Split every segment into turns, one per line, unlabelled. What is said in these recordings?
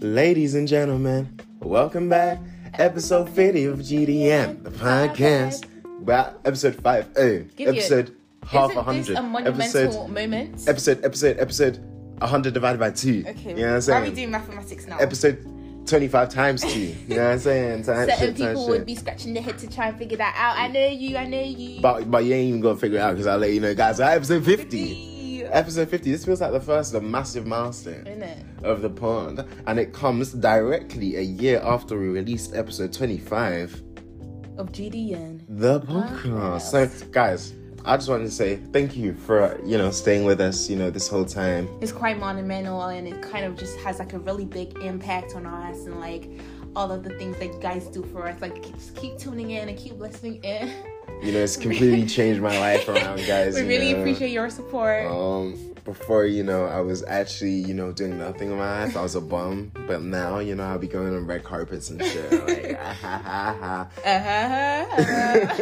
Ladies and gentlemen, welcome back. Episode 50 of GDM, the podcast. Wow, episode 5. Hey,
Give you-
episode half
Isn't
a 100.
This a monumental
episode,
moment.
episode, episode, episode 100 divided by 2.
okay.
You know what I'm
Why are we
saying?
doing mathematics now?
Episode 25 times 2. You know what I'm saying? Times
Certain
shit, times
people
shit.
would be scratching their head to try and figure that out. I know you. I know you.
But, but you ain't even gonna figure it out because I'll let you know, guys. Episode 50.
Isn't
Episode 50. This feels like the first of a massive milestone.
it?
of the pond, and it comes directly a year after we released episode 25,
Of GDN.
the podcast. So, guys, I just wanted to say thank you for you know staying with us, you know, this whole time.
It's quite monumental and it kind of just has like a really big impact on us and like all of the things that you guys do for us. Like keep, just keep tuning in and keep listening in.
You know, it's completely changed my life around, guys.
we
you
really
know.
appreciate your support.
Um, before you know, I was actually you know doing nothing in my life. I was a bum, but now you know I'll be going on red carpets and shit. Like, ah, ha, ha, ha.
Uh-huh,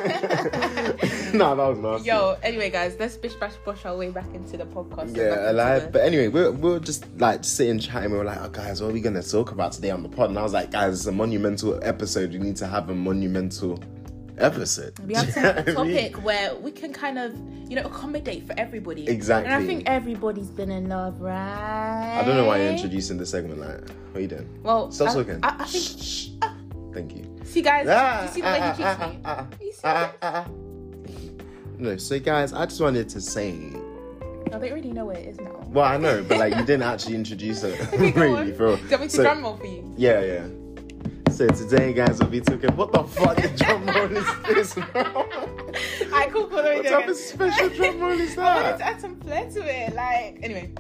uh-huh.
no, that was nasty.
Yo, anyway, guys, let's bish bash bush our way back into the podcast. and back
Yeah,
into
alive.
the-
But anyway, we we were just like sitting chatting. We were like, oh, guys, what are we going to talk about today on the pod? And I was like, guys, it's a monumental episode. We need to have a monumental episode.
we have
Do
to
you know
have a
what I mean?
topic where we can kind of, you know, accommodate for everybody.
Exactly.
And I think everybody's been in love, right?
I don't know why you're introducing the segment like that. What are you doing?
Well,
Stop
I,
talking.
I, I think. Ah,
Shh. Thank you.
See, guys,
Ah,
you see the way
ah,
he treats
ah,
me.
ah, ah,
You see
ah, ah, ah. No, so guys, I just wanted to say. ah.
No, they already know where it is now.
Well, I know, but like you didn't actually introduce it.
Okay, go
really,
on.
for real.
Do you want me to
So-
drum roll for you?
Yeah, yeah. So today, guys, we'll be talking. What the fuck drum roll is this, bro?
I cool, cool,
What type of special drum roll is
I wanted to
that?
add some flair to it. Like, anyway.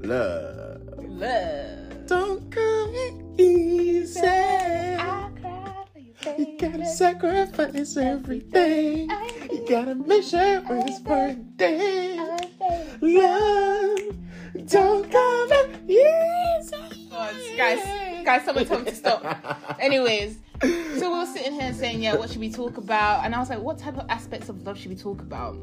Love.
Love.
Don't come easy.
I cry for you,
You
baby.
gotta sacrifice everything. You gotta make sure it's worth it. Love. Don't come easy.
God, Oh, guys, guys, someone told me to stop. Anyways, so we were sitting here saying, yeah, what should we talk about? And I was like, what type of aspects of love should we talk about?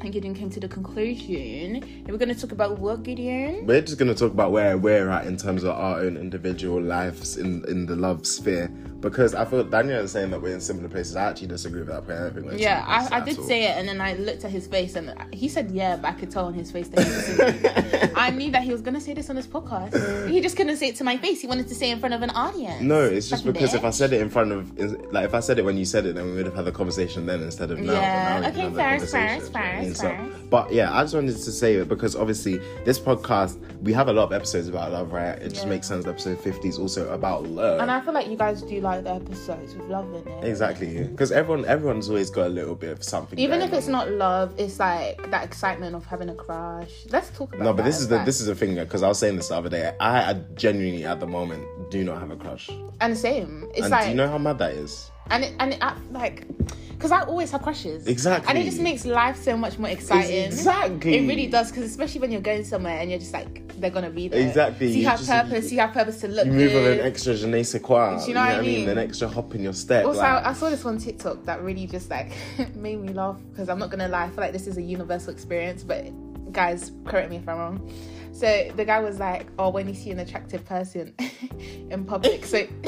And Gideon came to the conclusion that we're going to talk about what, Gideon?
We're just gonna talk about where we're at in terms of our own individual lives in in the love sphere because I feel Daniel is saying that we're in similar places. I actually disagree with that point. I don't think we're in
Yeah,
similar places
I, I
at
did
all.
say it, and then I looked at his face, and he said, yeah, but I could tell on his face that he was I knew that he was going to say this on his podcast. He just couldn't say it to my face. He wanted to say it in front of an audience.
no, it's just
Fucking
because if I
bitch.
said it in front of is- like if I said it when you said it, then we would have had the conversation then instead of now. but
Yeah,
now we can
okay,
have the
fair, fair,
conversation, do you know what I mean?
fair,
So-
fair.
But yeah, I just wanted to say it because obviously this podcast we have a lot of episodes about love, right? It just
Yeah.
makes sense. that Episode fifty is also about love.
And I feel like you guys do like the episodes with love in it.
Exactly, because everyone everyone's always got a little bit of something.
Even
going
if it's
on.
not love, it's like that excitement of having a crush. Let's talk about
No, but
that,
this is the
like-
this is the thing because I was saying this the other day. I, I genuinely at the moment do not have a crush, and
and the same. It's like
do you know how mad that is?
and it, and it act- like because I always have crushes.
Exactly.
And it just makes life so much more exciting.
It's- exactly.
It really does because especially when you're going somewhere and you're just like they're gonna be there.
Exactly,
So you,
you
have
just-
purpose. You, have purpose to look
You move with
good.
an extra je ne sais quoi.
Do you know what I mean?
An extra hop in your step.
also,
like-
I, I saw this one TikTok that really just like made me laugh because I'm not gonna lie, I feel like this is a universal experience. But guys, correct me if I'm wrong. So the guy was like, "Oh, when you see an attractive person in public, so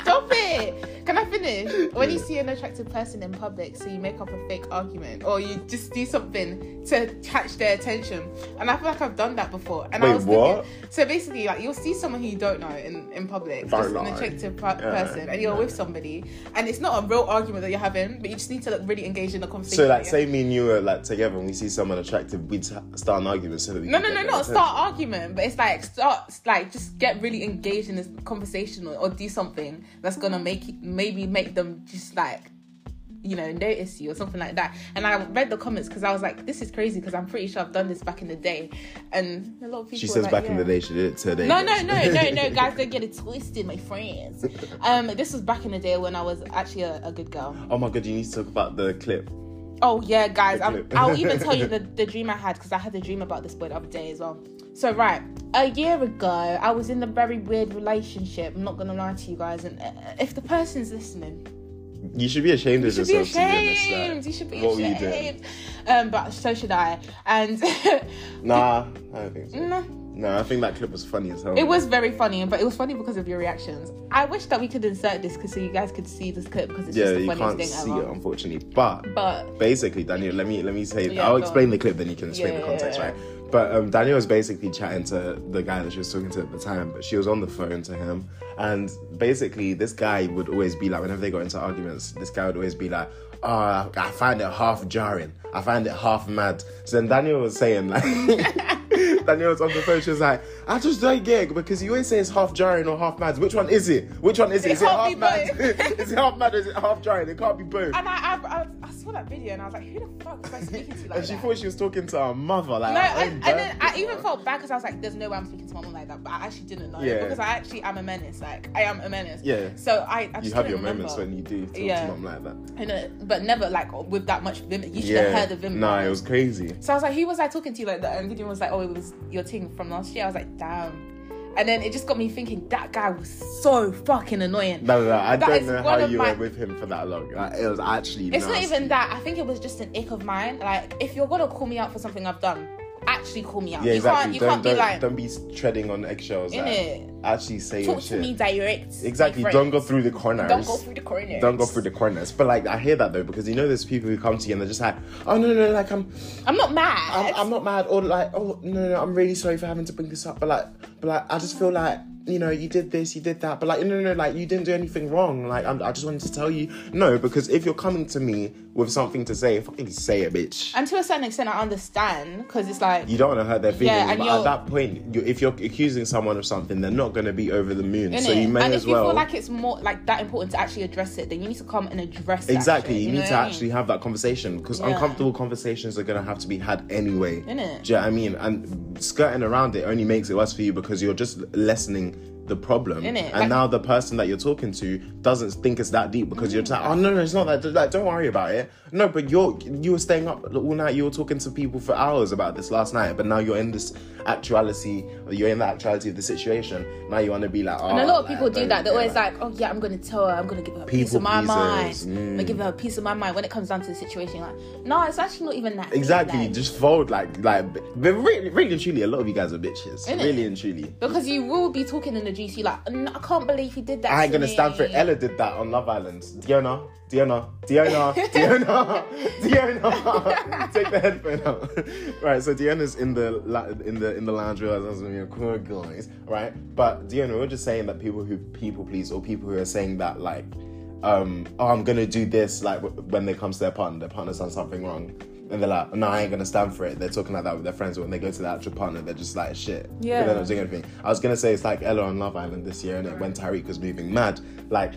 stop it." Can I finish? When you see an attractive person in public, so you make up a fake argument or you just do something to catch their attention. And I feel like I've done that before. And I
Wait,
was
what?
Thinking, so basically, like you'll see someone who you don't know in in public,
Don't
just an
lie.
attractive per-
Yeah.
person, and you're with somebody, and it's not a real argument that you're having, but you just need to like really engage in the conversation.
so like,
yeah.
say me and you were like together, and we see someone attractive, we'd ha- start an argument so that we
No,
could get
no, no,
their
not
attention.
start argument, but it's like start like just get really engaged in this conversation or, or do something that's gonna make it- maybe make them just like you know notice you or something like that. And I read the comments because I was like, this is crazy because I'm pretty sure I've done this back in the day, and a lot of people.
She
were
says
like,
back in
yeah.
the day she did it today.
No, no,
guys.
no, no, no, guys, don't get it twisted, my friends. Um, this was back in the day when I was actually a, a good girl.
Oh my god, you need to talk about the clip.
Oh yeah, guys. I'm,
clip.
I'll even tell you the, the dream I had because I had a dream about this boy the other day as well. So right, a year ago, I was in a very weird relationship. I'm not gonna lie to you guys, and uh, if the person's listening,
You should be ashamed of
you should be
yourself. to be honest, like,
ashamed. You should be
what were you doing?
ashamed. Um, but so should I. And
Nah, I don't think so.
no,
No, I think that clip was funny as hell.
it was very funny, but it was funny because of your reactions. I wish that we could insert this because so you guys could see this clip because it's
Yeah,
just the
you
funniest
can't
thing
see
ever.
it unfortunately, but
But
basically Daniel, let me let me say
Yeah,
I'll
go
explain the clip then you can explain
Yeah,
the context,
yeah, yeah.
right? But um, Daniel was basically chatting to the guy that she was talking to at the time, but she was on the phone to him, and basically this guy would always be like, whenever they got into arguments, this guy would always be like, "Ah, I find it half jarring, I find it half mad." So then Daniel was saying like, Daniel was on the phone, she was like, "I just don't get it because you always say it's half jarring or half mad. Which one is it? Which one is it?
It
Is it half
can't
mad?
be both."
is it half mad? Or is it half jarring? It can't be both."
and I, I, I, I saw that video and I was like, who the fuck was I speaking to like
and she
that?
thought she was talking to her mother. Like,
No,
her
I,
own
and then
birth-
I even felt bad because I was like, "There's no way I'm speaking to my mom like that," but I actually didn't know
Yeah.
because I actually am a menace. Like I am a menace.
Yeah.
So I, I just
you have
couldn't
your
remember.
moments when you do talk
Yeah.
to mom like that.
I know, but never like with that much vim. You should have heard the vim.
No, it was crazy.
So I was like, "Who was I talking to like that?" And Gideon was like, "Oh, it was your thing from last year." I was like, "Damn." And then it just got me thinking that guy was so fucking annoying.
No, no, no, I
That
don't
is
know
one
how
of
you
my-
were with him for that long. Like, it was actually.
It's not
nasty.
even that. I think it was just an ick of mine. Like, if you're gonna call me out for something I've done, actually call me out.
Yeah,
you
exactly.
can't. You
don't,
can't
don't,
be like,
don't be treading on eggshells. Like,
Innit?
Actually, say your
talk
shit.
to me direct. be
exactly.
friends.
Don't go through the corners.
Don't go through the corners.
Don't go through the corners. But like, I hear that though because you know there's people who come to you and they're just like, oh no, no, no like I'm,
I'm not mad.
I'm, I'm not mad or like oh no, no no I'm really sorry for having to bring this up but like but like I just feel like you know you did this you did that but like no no no like you didn't do anything wrong like I'm, I just wanted to tell you no because if you're coming to me with something to say fucking say it bitch
and to a certain extent, I understand because it's like,
you don't want to hurt their feelings
Yeah, and
but
you're-
at that point you, if you're accusing someone of something they're not going to be over the moon so
innit?
you may
and
as
if you
well
feel like it's more like that important to actually address it, then you need to come and address that
Exactly,
shit,
you
know
need to
what I mean?
actually have that conversation because
Yeah.
uncomfortable conversations are gonna have to be had anyway.
Innit?
Do you know what I mean? And skirting around it only makes it worse for you because you're just lessening the problem.
Innit?
And
Like-
now the person that you're talking to doesn't think it's that deep because you're just like, oh no, no, it's not that. Like, don't worry about it. No, but you're you were staying up all night. You were talking to people for hours about this last night, but now you're in this actuality. You're in the actuality of the situation. Now you want to be like, oh.
And a lot of
like,
people do
don't
that. They're
care,
always like, "Oh yeah, I'm gonna tell her. I'm gonna give her a piece
People
of my mind.
pleasers, mm.
I'm gonna give her a piece of my mind." When it comes down to the situation, like, no, it's actually not even that. deep,
Exactly,
like-
just fold like like. But really, really and truly, a lot of you guys are bitches.
Innit?
Really and truly,
because you will be talking in the GC like, "N- "I can't believe he did that."
I ain't
to
gonna
me."
stand for it. Ella did that on Love Island. Diona, Diona, Diona, Diona, Diona. Take the headphone out. right, so Diona's in the la- in the in the lounge realizing we're cool guys, right? But Diona, we're just saying that people who people please or people who are saying that like, um, oh, I'm gonna do this like w- when they comes to their partner, their partner's done something wrong. And they're like, no, I ain't gonna stand for it. They're talking like that with their friends, but when they go to their actual partner, they're just like, shit.
Yeah.
They're not doing anything. I was gonna say it's like Ella on Love Island this year, and it when Tariq was moving mad, like.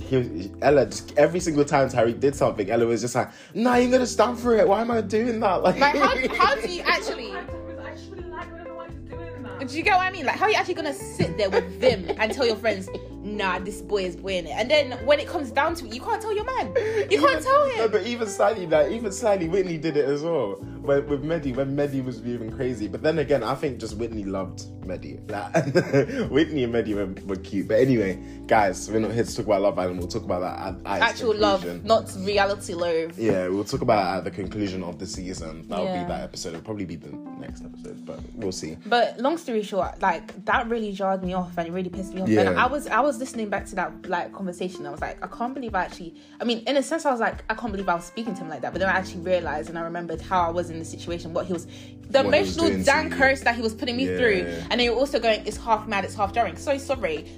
He, Ella, just, every single time Tariq did something, Ella was just like, "No, nah, you gonna stand for it. Why am I doing that?" Like,
Like, how, how do you actually?
I actually like when everyone's doing that.
Do you get what I mean? Like, how are you actually gonna sit there with them and tell your friends, nah, this boy is boying it? And then when it comes down to it, you can't tell your man. You
Even-
can't tell
No,
him.
but even Sally, like even Sally Whitney did it as well. When, with Mehdi, when Mehdi was moving crazy. But then again, I think just Whitney loved Mehdi. Like Whitney and Mehdi were, were cute. But anyway, guys, we're not here to talk about Love Island. We'll talk about that at, at its
Actual love,
conclusion.
not reality love.
Yeah, we'll talk about it at the conclusion of the season. That'll
Yeah.
be that episode. It'll probably be the next episode, but we'll see.
But long story short, like that really jarred me off and it really pissed me off. And
Yeah.
I was I was listening back to that like conversation. I was like, I can't believe I actually. I mean, in a sense, I was like, I can't believe I was speaking to him like that. But then I actually realized and I remembered how I was in the situation, what he was, the
What he was
emotional
doing to
down
you.
curse that he was putting me
Yeah.
through. And then you're also going, it's half mad, it's half jarring. So sorry,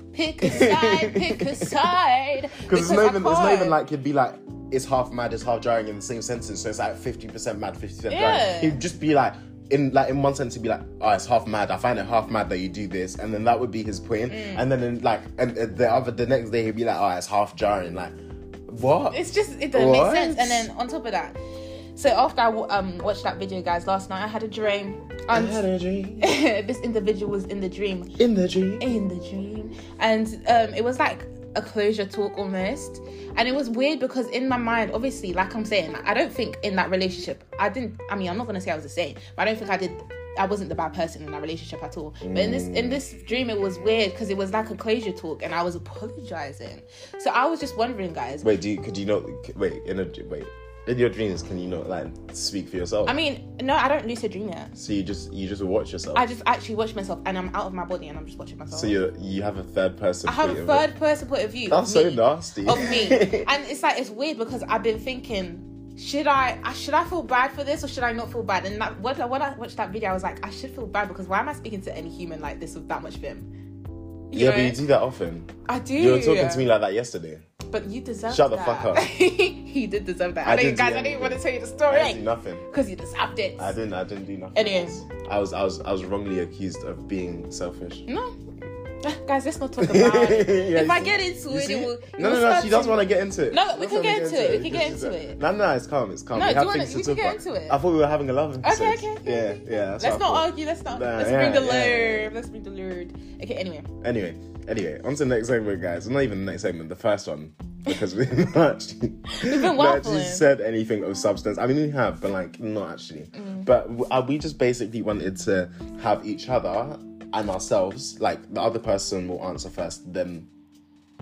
pick a side, pick a side.
Because it's not
I
even it's not even
can't.
like you'd be like it's half mad, it's half jarring in the same sentence. So it's like fifty percent mad, fifty percent
Yeah.
jarring. He'd just be like in like in one sentence he'd be like, oh, it's half mad. I find it half mad that you do this, and then that would be his point.
Mm.
And then in, like and uh, the other the next day he'd be like, oh, it's half jarring. Like what?
it's just it doesn't
What?
make sense. And then on top of that, so after I w- um watched that video, guys, last night I had a dream.
I
And
had a dream
this individual was in the dream
in the dream.
in the dream and um it was like a closure talk almost and it was weird because in my mind obviously like i'm saying i don't think in that relationship i didn't i mean i'm not gonna say i was the same but i don't think i did i wasn't the bad person in that relationship at all but in this
Mm.
in this dream it was weird because it was like a closure talk and i was apologizing so i was just wondering guys
Wait, do you, could you not wait in a wait? In your dreams, can you not like speak for yourself?
I mean, no, I don't lucid dream yet.
so you just you just watch yourself.
I just actually watch myself and I'm out of my body and I'm just watching myself.
so you you have a third person.
I have
point
a
of
third
it.
person point of view.
That's
of
so
me.
nasty.
Of me. and it's like it's weird because I've been thinking, should I I- should I feel bad for this or should I not feel bad? And that when, I- when I watched that video, I was like, I should feel bad because why am I speaking to any human like this with that much vim? You
yeah,
know?
but you do that often.
I do.
You were talking to me like that yesterday.
But you deserve
Shut the
that.
fuck up.
he did deserve that. I,
I
know you
didn't do
guys, I didn't
anything.
even want to tell you the
I didn't do
story.
nothing.
Because you deserved it.
I didn't. I didn't do nothing.
Anyway.
I was. I was. I was wrongly accused of being selfish.
No. Guys, let's not talk about it.
Yeah,
Mm, if I
you
get into
You
it,
see?
it will. it
No,
will
no, no.
start
She
to-
doesn't want to get into it.
No,
She
we
doesn't
can
wanna
get into it, we can get
She's
into
like-
it.
No, no, it's calm. It's calm.
No,
we
do
have
you wanna-
things
we
to talk
can get
about.
into it.
I thought we were having a love
Okay,
episode.
okay, okay.
Yeah,
okay.
yeah. that's
Let's
what I
not
thought.
argue. Let's not.
Nah,
let's
yeah,
bring the
yeah, yeah.
lure. Let's bring the lure. Okay, anyway.
Anyway, anyway, on to the next segment, guys. Not even the next segment, the first one. Because we've not actually,
We've been
not actually
waffling.
said anything of substance. I mean, we have, but like, not actually.
Mm.
But w- uh, we just basically wanted to have each other and ourselves, like, the other person will answer first, then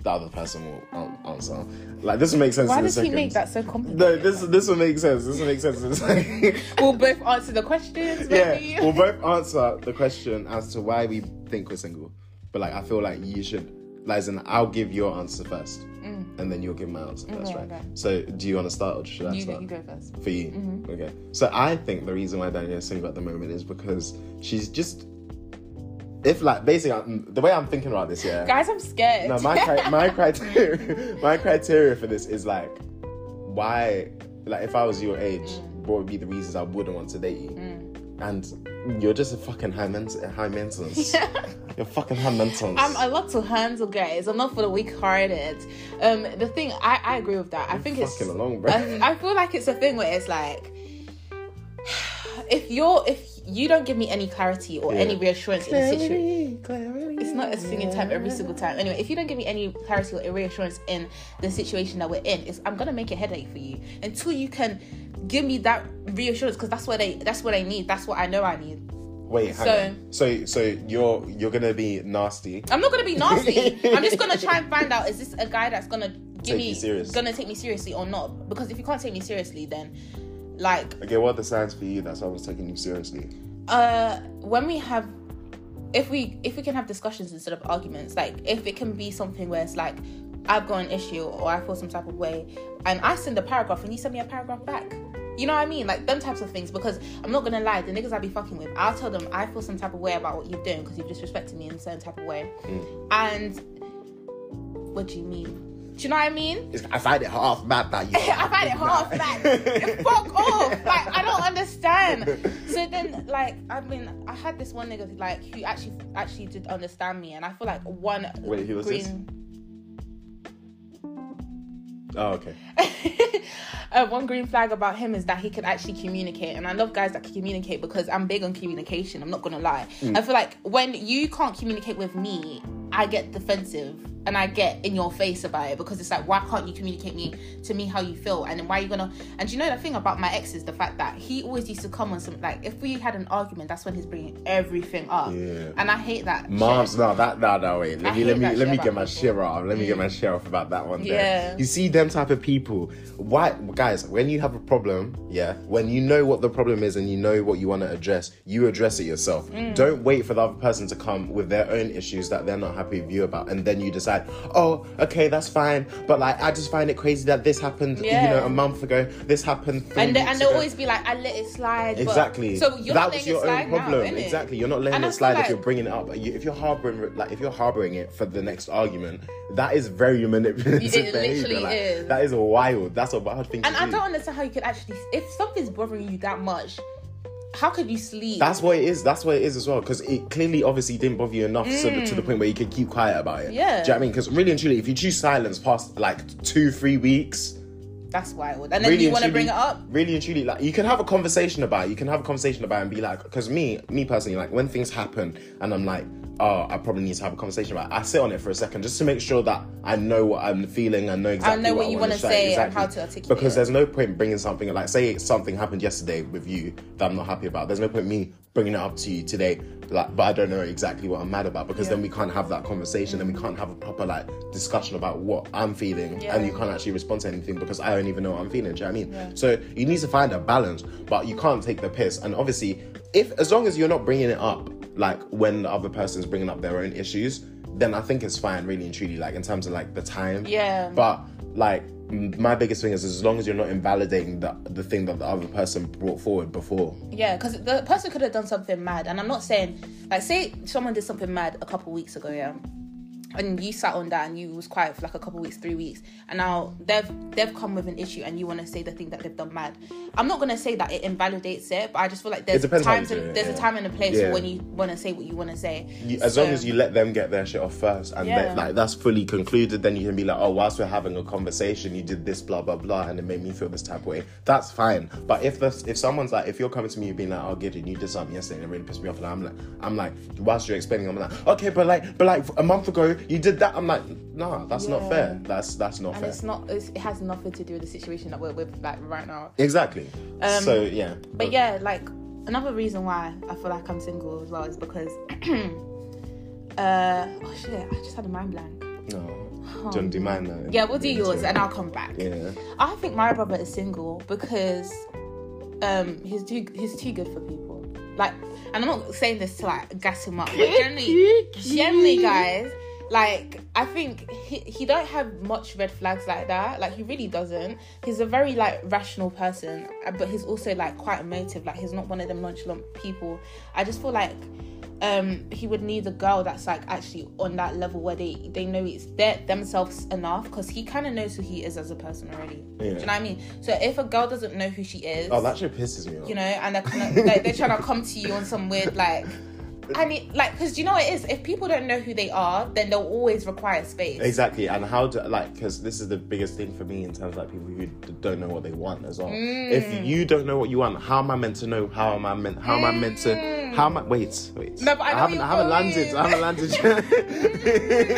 the other person will an- answer. Like, this will make sense
Why
in a
does
second.
he make that so complicated?
No, this this will make sense. This will make sense. in a second.
We'll both answer the questions. Maybe.
yeah, we'll both answer the question as to why we think we're single. But like, I feel like you should, like, as in, I'll give your answer first, and then you'll give my answer first,
Mm. Okay,
right?
okay.
So, do you want to start or should I
you,
start?
you go Mm-hmm. first.
For you, okay. So I think the reason why Danielle's single at the moment is because she's just, if like basically I'm- the way I'm thinking about this, yeah.
Guys, I'm scared.
No, my cri- my criteria my criteria for this is like, why? Like, if I was your age,
Mm.
what would be the reasons I wouldn't want to date you? And you're just a fucking high ment- high maintenance. You're fucking high maintenance.
I'm a lot to handle, guys. I'm not for the weak-hearted. Um, the thing I, I agree with that. I think it's
fucking along, bro.
I, I feel like it's a thing where it's like, if you're if you don't give me any clarity or
Yeah.
any reassurance in the situation,
Clarity.
it's not a singing time every single time. Anyway, if you don't give me any clarity or reassurance in the situation that we're in, it's, I'm gonna make a headache for you until you can give me that reassurance because that's what I that's what I need. That's what I know I need.
Wait, hang
So-
on. So so you're you're gonna be nasty.
I'm not gonna be nasty. I'm just gonna try and find out is this a guy that's gonna give
Take
me
you serious.
gonna take me seriously or not? Because if you can't take me seriously, then like
Okay, what are the signs for you that someone's taking you seriously?
uh when we have if we if we can have discussions instead of arguments like if it can be something where it's like i've got an issue or i feel some type of way and i send a paragraph and you send me a paragraph back you know what i mean like them types of things because i'm not gonna lie the niggas i be fucking with i'll tell them i feel some type of way about what you're doing because you've disrespected me in a certain type of way and what do you mean do you know what i mean
It's- I find it half mad that you.
I find it hard. Like, fuck off. Like, I don't understand. So then, like, I mean, I had this one nigga like who actually actually did understand me, and I feel like one
Wait, who was this?
green,
Oh, okay.
uh, one green flag about him is that he could actually communicate, and I love guys that can communicate because I'm big on communication. I'm not gonna lie.
Mm.
I feel like when you can't communicate with me, I get defensive. And I get in your face about it because it's like, why can't you communicate me to me how you feel? And then why are you gonna? And do you know the thing about my ex is the fact that he always used to come on some like if we had an argument, that's when he's bringing everything up.
Yeah.
And I hate that. shit.
Moms, no, that, no, no, wait.
I
Let me,
hate
let me, let
that shit
me
about
get my
people.
share off. Let me get my share off about that one. there.
Yeah.
You see them type of people. Why, guys? When you have a problem, yeah. When you know what the problem is and you know what you want to address, you address it yourself.
Mm.
Don't wait for the other person to come with their own issues that they're not happy with you about, and then you decide, oh, okay, that's fine. But like, I just find it crazy that this happened, you
Yeah.
know, a month ago. This happened. Three
and they,
weeks
and they'll
ago.
always be like, I let it slide. but-
Exactly.
so
that
you're not
was
letting
your
it slide
own
now,
problem.
innit?
exactly. You're not letting
And I
it
feel
slide if
like-
you're bringing it up. You- If you're harboring, like, if you're harboring it for the next argument, that is very manipulative.
It literally
behavior. Like,
is.
That is wild. That's a wild thing
And
to
I
do.
don't understand how you could actually, if something's bothering you that much, how could you sleep?
That's what it is. That's what it is as well. Because it clearly, obviously, didn't bother you enough so, to the point where you could keep quiet about it. Do
Mm. Yeah.
you know what I mean? Because really and truly, if you choose silence past like two, three weeks,
That's wild. And then you
and
want
truly-
to bring it up.
Really and truly, like you can have a conversation about it. You can have a conversation about it and be like, because me, me personally, like when things happen and I'm like, oh, I probably need to have a conversation about. it. I sit on it for a second just to make sure that I know what I'm feeling. I know exactly
know what
I
you
wanna
wanna say and
exactly.
how to articulate
Because
it.
there's no point bringing something like say something happened yesterday with you that I'm not happy about. There's no point me bringing it up to you today, like, but I don't know exactly what I'm mad about because
Yeah.
then we can't have that conversation and we can't have a proper like discussion about what I'm feeling
Yeah.
and you can't actually respond to anything because I don't even know what I'm feeling. Do you know what I mean?
Yeah.
So you need to find a balance, but you can't take the piss. And obviously, if as long as you're not bringing it up, like when the other person's bringing up their own issues, then I think it's fine, really and truly, like in terms of like the time.
Yeah.
But like m- my biggest thing is as long as you're not invalidating the the thing that the other person brought forward before.
Yeah, because the person could have done something mad, and I'm not saying like say someone did something mad a couple weeks ago, yeah, and you sat on that and you was quiet for like a couple weeks, three weeks, and now they've they've come with an issue and you want to say the thing that they've done mad. I'm not gonna say that it invalidates it, but I just feel like there's
depends how you
times
do
and-
it,
there's
yeah.
a time and a place
Yeah.
when you want to say what you want to say.
You, as long
So-
as you let them get their shit off first, and
Yeah.
then, like that's fully concluded, then you can be like, oh, whilst we're having a conversation, you did this, blah blah blah, and it made me feel this type of way. That's fine. But if this, if someone's like, if you're coming to me being like, oh, Gideon, you did something yesterday and it really pissed me off, and I'm like, I'm like, whilst you're explaining, I'm like, okay, but like, but like a month ago, you did that. I'm like, nah, that's not
Yeah.
fair. That's that's not
and
fair.
it's not it's, it has nothing to do with the situation that we're with like right now.
Exactly.
Um,
so yeah.
But yeah, like another reason why I feel like I'm single as well is because uh oh shit, I just had a mind blank.
No. Do you want to do mine now?
Yeah, we'll do yours and I'll come back.
Yeah.
I think my brother is single because um he's too he's too good for people. Like and I'm not saying this to like gas him up, but generally generally guys, like I think he he don't have much red flags like that. Like he really doesn't. He's a very like rational person, uh, but he's also like quite emotive. Like he's not one of them nonchalant people. I just feel like um he would need a girl that's like actually on that level where they they know it's their themselves enough because he kind of knows who he is as a person already do you know
Yeah.
what i mean so if a girl doesn't know who she is
Oh, that shit pisses me off.
you know and they're kind of like they're trying to come to you on some weird like i mean like because you know what it is if people don't know who they are then they'll always require space
Exactly, and how do like because this is the biggest thing for me in terms of like people who d- don't know what they want as well.
Mm.
If you don't know what you want, how am I meant to know? How am I meant? How am I meant to? How am I? Wait, wait.
Mm. No, but I know
haven't.
you're
I haven't landed.
going.
I haven't landed.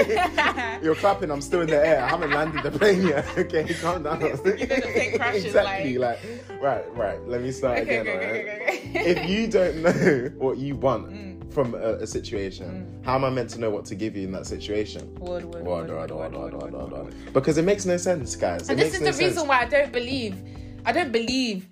yet. You're clapping. I'm still in the air. I haven't landed the plane yet. Okay, calm down.
the plane crashes,
exactly. Like... right, right. Let me start
Okay,
again.
okay,
alright?
okay, okay, okay.
if you don't know what you want
Mm.
from a, a situation, how am I meant to know what to give you in that situation?
Word, word,
Word,
word,
word, word,
word, word,
word,
word,
word,
word.
word. Because it makes no sense, guys. It
And this is
makes
the
no
reason
sense.
why I don't believe. I don't believe.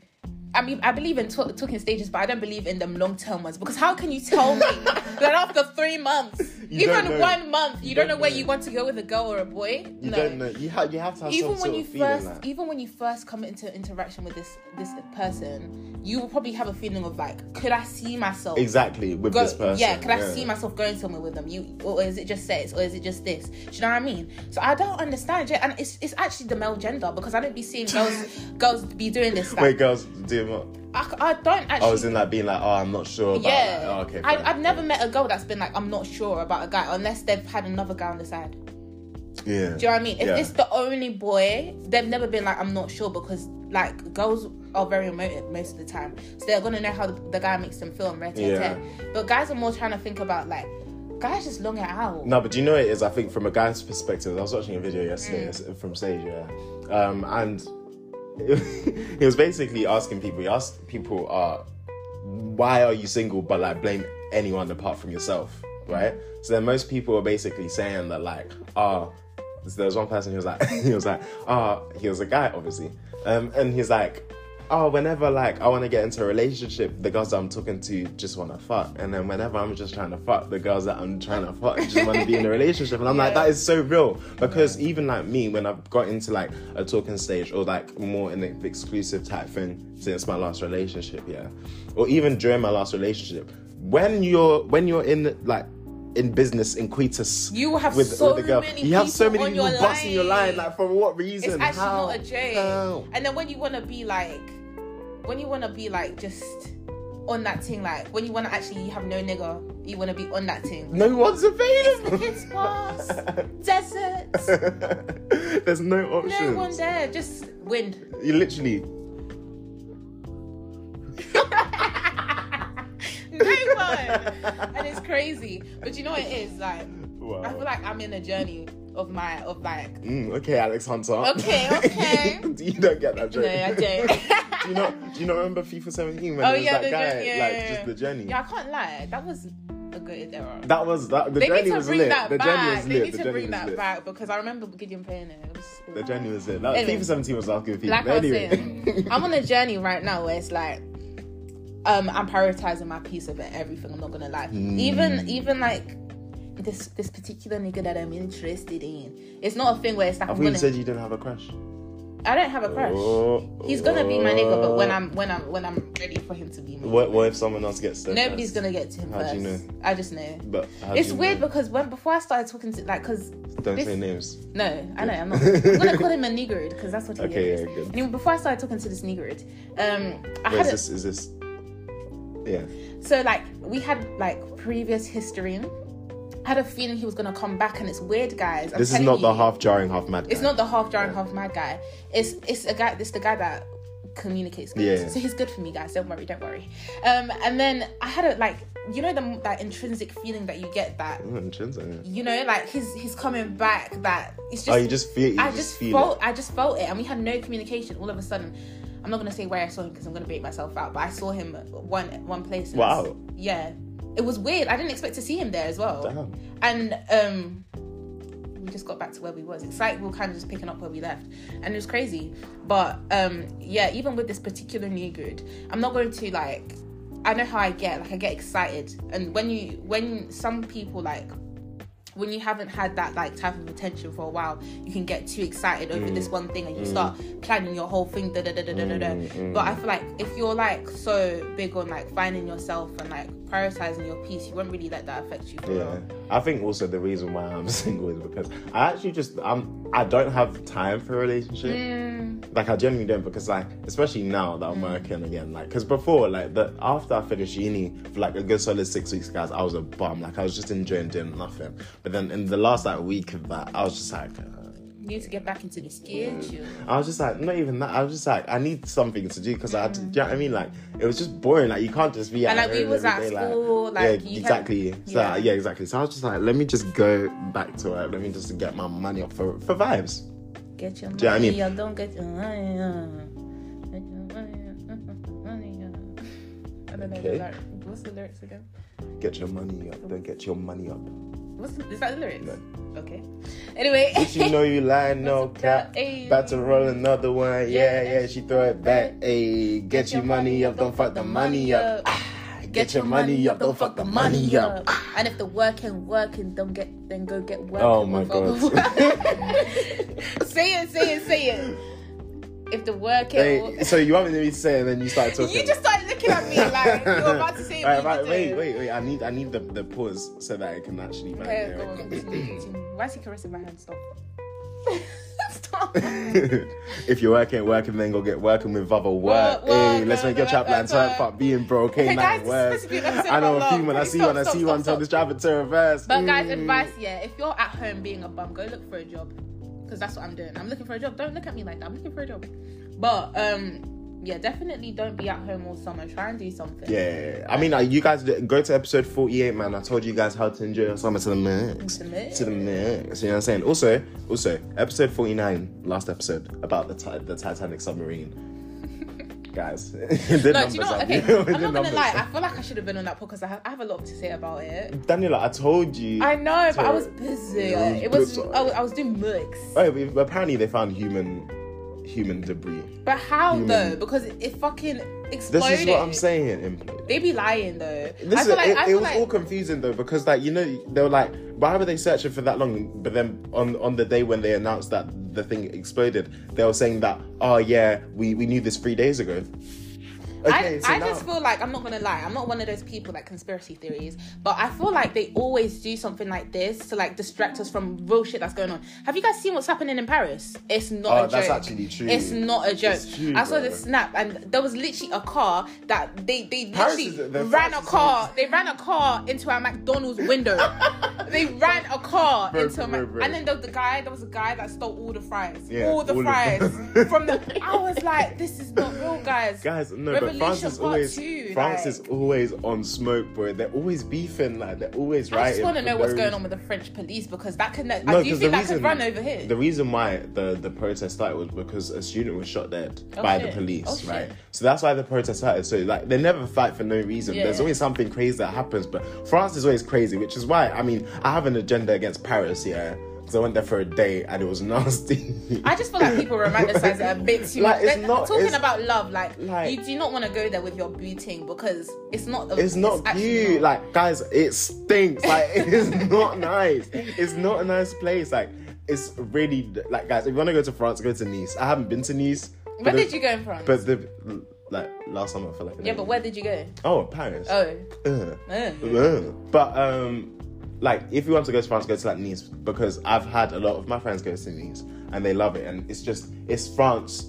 I mean, I believe in talk talking stages, but I don't believe in them long term ones because how can you tell me that after three months,
You don't
even
know.
one month, you,
You
don't,
don't
know where
know.
you want to go with a girl or a boy?
You don't know. You have you have to have
Even
some
when
sort
you
of feeling
first, e-
like.
even when you first come into interaction with this this person, you will probably have a feeling of like, could I see myself
Exactly with
go-
this person.
Yeah, can I see myself going somewhere with them? You or is it just sex or is it just this? Do you know what I mean? So I don't understand it, and it's it's actually the male gender because I don't be seeing girls girls be doing this. Stuff.
Wait, girls, do what?
I, c- I don't actually.
I was in like being like, oh, I'm not sure. About
yeah,
That. Oh, okay.
I,
fine.
I've never met a girl that's been like, I'm not sure about a guy unless they've had another guy on the side.
Yeah.
Do you know what I mean? If
Yeah.
it's the only boy, they've never been like, I'm not sure because like girls are very emotive most of the time, so they're gonna know how the, the guy makes them feel and red
Yeah.
But guys are more trying to think about like, guys just long it out.
No, but do you know what it is? I think from a guy's perspective, I was watching a video yesterday from Sage, yeah, um, and he was basically asking people. He asked people, uh, "Why are you single?" But like, blame anyone apart from yourself, right? So then most people were basically saying that, like, "Ah." so there was one person who was like, he was like, "Ah," he was a guy, obviously, um, and he's like. Oh, whenever like I want to get into a relationship, the girls that I'm talking to just want to fuck, and then whenever I'm just trying to fuck, the girls that I'm trying to fuck just want to be in a relationship, and I'm like,
Yeah.
that is so real because even like me, when I've got into like a talking stage or like more in the exclusive type thing since my last relationship, yeah, or even during my last relationship, when you're when you're in like in business in coitus,
You will have
with,
so
with a girl,
many
you have so
people
many
on
people
your
busting your line.
line.
Like for what reason?
it's actually
How?
not a joke.
How?
And then when you want to be like, when you want to be like just on that thing, like when you want to actually you have no nigga, you want to be on that thing.
No one's
The
available.
kids pass, desert,
There's no
no
options.
one there, just wind.
You literally.
No one. know, and it's crazy. But you know what it is like.
Wow.
I feel like I'm in a journey of my of like.
Mm, okay, Alex Hunter.
Okay, okay.
you don't get that joke.
No, I don't.
do you not? Do you not remember FIFA 17 when
Oh,
there was
yeah, the
that guy?
journey, yeah,
like
yeah, yeah.
just the journey.
Yeah, I can't lie. That was a good era.
That was that. The
they
journey
need to
was
bring
lit.
that
the journey
back.
was
They
lit.
need
the
to
journey
bring
was
that
lit.
back because I remember Gideon playing it. It was-
The journey was lit. That,
Anyway.
FIFA 17 was last good FIFA.
like
But
I was
anyway.
saying, I'm on a journey right now where it's like, um, I'm prioritizing my piece of it, everything. I'm not gonna lie.
Hmm.
Even even like this this particular nigga that I'm interested in, it's not a thing where it's like
I
I'm
thought you
gonna.
said you didn't have a crush.
I don't have a crush.
Oh,
He's gonna be my nigga, but when
oh.
I'm when I'm when I'm ready for him to be my
What, what if someone else gets there?
nobody's
first?
gonna get to him
How
first.
do you
I just know.
But how do
it's
you
weird
know?
because when before I started talking to like because
Don't
this-
say names.
No, I know I'm not. I'm gonna call him a negroid because that's what he
Okay,
is.
yeah, good.
Anyway, before I started talking to this negroid, um, I
Wait,
had
is
a,
this? Is this? Yeah.
so like we had like previous history. I had a feeling he was gonna come back, and it's weird, guys. I'm
This is
telling
not the
you,
half jarring, half mad.
It's
guy.
not the half jar and half mad guy. It's it's a guy. It's the guy that communicates. Good.
Yeah.
So he's good for me, guys. Don't worry, don't worry. Um, and then I had a like you know the that intrinsic feeling that you get that
Oh, intrinsic.
you know like he's he's coming back that it's just
oh, you just feel. You
I
just,
just
feel.
felt I just felt it, and we had no communication. All of a sudden, I'm not gonna say where I saw him because I'm gonna bait myself out. But I saw him one one place. and
Wow.
it's- Yeah, it was weird. I didn't expect to see him there as well.
Damn.
And um, we just got back to where we was. It's like we were kind of just picking up where we left, and it was crazy. But um, yeah, even with this particular new good, I'm not going to like. I know how I get. Like I get excited, and when you when some people like when you haven't had that like type of attention for a while, you can get too excited over this one thing and you start planning your whole thing. Da, da, da, da, da, da, da. But I feel like if you're like so big on like finding yourself and like prioritizing your peace, you won't really let that affect you. For
Yeah,
long.
I think also the reason why I'm single is because I actually just I'm I don't have time for a relationship.
Mm.
Like I genuinely don't because like especially now that I'm working again. Like because before like the after I finished uni for like a good solid six weeks, guys, I was a bum. Like I was just enjoying doing nothing. But then in the last like week of that, I was just like. Uh,
You need to get back into the schedule.
I was just like, not even that. I was just like, I need something to do because I, do you know what I mean? Like, it was just boring. Like, you can't just be
And,
at
like, we
home
was
every
at
day,
school, like, you
yeah,
can-
exactly. So,
yeah.
yeah. exactly. So I was just like, let me just go back to work. Let me just get my money up for for vibes.
Get your money.
you know what I mean?
or don't get your money. uh, get your money, uh. I don't know the
Okay.
lyrics. What's the lyrics again?
Get your money up. Don't get your money up.
What's the, is that the lyrics?
No.
Okay. Anyway.
If you know you lie, no
That's a
cap.
cap, ayy.
About to roll another one. Yeah,
Yeah.
yeah. She throw it back. Hey, get your money up. Don't fuck the money up. Ah, Get your money up. Don't fuck the money up.
And if the work ain't working, don't get then go get work.
Oh my
say it, say it, say it. If the work ain't
Hey, so you wanted me to say, it and then you started talking.
You just started looking at me like you were about to say
Alright,
what
right,
you
wait,
did.
wait, wait. I need, I need the, the pause so that I can actually. like,
Okay,
yeah,
go on, continue, continue. Why is he caressing my hand? Stop. Stop.
if you're working, working, then go get working with other work.
Work, work,
hey, let's
work,
make your
work,
chapline
work,
turn
work.
fuck being broke.
Okay,
Ain't
guys,
nothing
this is
worse.
supposed to be an episode
I know a
about
few
love.
when I
Please
see
stop,
one, I
stop,
see
stop,
one, tell
stop.
this driver to reverse.
But guys,
Mm.
advice, yeah, if you're at home being a bum, go look for a job. Because that's what I'm doing. I'm looking for a job. Don't look at me like that. I'm looking for a job. But um yeah, definitely don't be at home all summer. Try and do something.
Yeah, I mean, uh, you guys did- go to episode 48, man. I told you guys how to enjoy your summer to the max.
To the max.
To the max. You know what I'm saying? Also, also, episode 49, last episode, about the, ti- the Titanic submarine. guys, the
No, do you know what?
up.
Okay,
The
I'm not gonna
numbers
lie.
up.
I feel like I should have been on that podcast. I have, I have a lot to say about it.
Daniela, I told you.
I know, but I
to-
was busy.
Yeah,
It was.
busy.
I was, I was doing mix.
Oh, but apparently they found human, human debris.
But how
Human.
though? Because it, it fucking
This
exploded.
is what I'm saying, Implode.
They be lying though. I
Listen,
feel like
it,
I
it
feel
was
like
all confusing though because like you know they were like why were they searching for that long? But then on on the day when they announced that the thing exploded, they were saying that oh yeah we we knew this three days ago.
I, I just feel like I'm not gonna lie, I'm not one of those people like conspiracy theories, but I feel like they always do something like this to like distract us from real shit that's going on. Have you guys seen what's happening in Paris? It's not
Oh,
a joke.
that's actually true.
It's not a joke.
It's true,
I saw
bro.
the snap and there was literally a car that they they
Paris
literally
is- the
ran a
France is-
car. They ran a car into our McDonald's window. they ran a car
Bro,
into a Mac-
bro, bro.
and then there was the guy. There was a guy that stole all the fries.
Yeah,
all the
all of
fries
them.
from the. I was like, this is not real, guys.
Guys, no, but
Alicia
France is
Part
always
Two,
France
like-
is always on smoke, bro. They're always beefing, like they're always right.
I just want to know what's going on with the French police because that could. I do
'cause
think that could run over here.
The reason why the, the protest started was because a student was shot dead
Oh,
by
shit.
the police,
Oh, shit.
right? So that's why the protest started. So like they never fight for no reason.
Yeah.
There's always something crazy that happens, but France is always crazy, which is why I mean I have an agenda against Paris, yeah. Because I went there for a day and it was nasty.
I just feel like people romanticize it a bit too
Like,
much.
it's
They're
not-
talking
it's-
about love, like,
like-
you do not want to go there with your booting because it's not. A,
It's not
actually
cute.
not.
Like, guys, it stinks. Like, it is not nice. It's not a nice place. Like, it's really like, guys. If you want to go to France, go to Nice. I haven't been to Nice. but
Where
the-
did you go in France?
But the like last summer, I feel like.
yeah, but where did you go?
Oh, Paris.
Oh,
Ugh.
oh.
Ugh. Uh, But um, like, if you want to go to France, go to like Nice because I've had a lot of my friends go to Nice and they love it, and it's just it's France,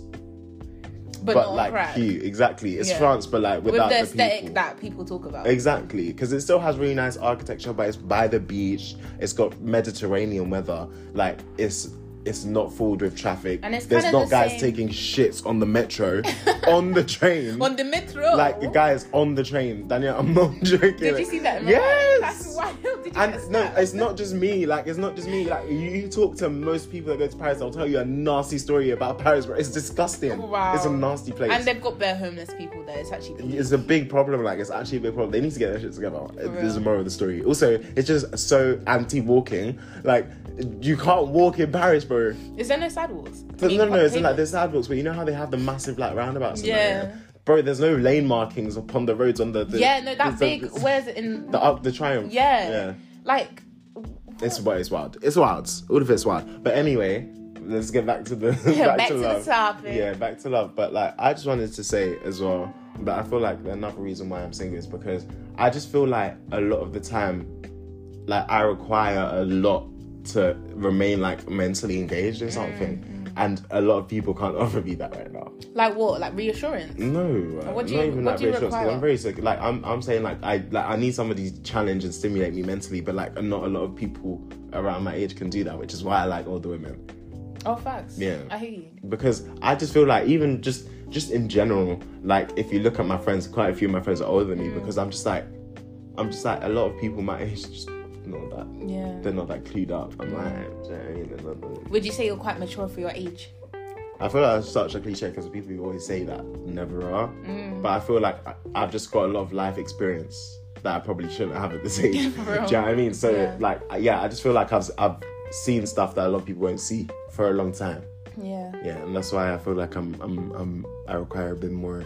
but,
but
not
like
crack.
cute. Exactly, it's
Yeah.
France, but like
with
without
the
the
aesthetic
people.
that people talk about.
Exactly, because it still has really nice architecture, but it's by the beach. It's got Mediterranean weather. Like it's it's not filled with traffic.
And it's
There's
kinda
not
the
guys
same-
taking shits on the metro, on the train.
On the metro,
like the guys on the train. Daniel, I'm not joking.
Did you see that? In
yes.
That's wild. Did you
And
notice
no,
that?
it's not just me. Like it's not just me. Like you- you talk to most people that go to Paris, they'll tell you a nasty story about Paris. But it's disgusting.
Wow.
It's a nasty place.
And they've got bare homeless people there. It's actually.
It's a big problem. Like it's actually a big problem. They need to get their shit together. This is
real.
the moral of the story. Also, it's just so anti-walking. Like you can't walk in Paris, bro.
Is there no sidewalks?
But no, no, no, it's in,
Pavement?
like there's sidewalks, but you know how they have the massive like roundabouts. and that,
Yeah.
Bro, there's no lane markings upon the roads on the. the
Yeah, no,
the-
that big.
The,
Where's it in?
the up the triumph.
yeah.
Yeah.
Like.
It's wild. It's wild. It's wild. All of it's wild. But anyway, let's get back to the back,
back
to,
to the
love.
topic.
Yeah, back to love. But like, I just wanted to say as well that I feel like another reason why I'm single is because I just feel like a lot of the time, like I require a lot to remain like mentally engaged in something,
Mm,
and a lot of people can't offer me that right now.
Like what? Like reassurance.
No, uh,
what do
not
you-
even
what
like
do you
reassurance. 'cause
require?
I'm very sick. Like I'm, I'm saying like I, like I need somebody to challenge and stimulate me mentally, but like not a lot of people around my age can do that, which is why I like older women
Oh, facts.
Yeah.
I hear you.
because I just feel like even just, just in general, like if you look at my friends, quite a few of my friends are older
Mm.
than me because I'm just like, I'm just like a lot of people my age just not that.
Yeah.
They're not that clued up. I'm like, do you know what I mean? They're not that-
Would you say you're quite mature for your age?
I feel like that's such a cliche because people who always say that never are.
Mm.
But I feel like I, I've just got a lot of life experience that I probably shouldn't have at this age. Do you know
For real.
what I mean? So
Yeah.
like, I- yeah, I just feel like I've I've seen stuff that a lot of people won't see for a long time.
Yeah.
Yeah, and that's why I feel like I'm I'm, I'm I require a bit more.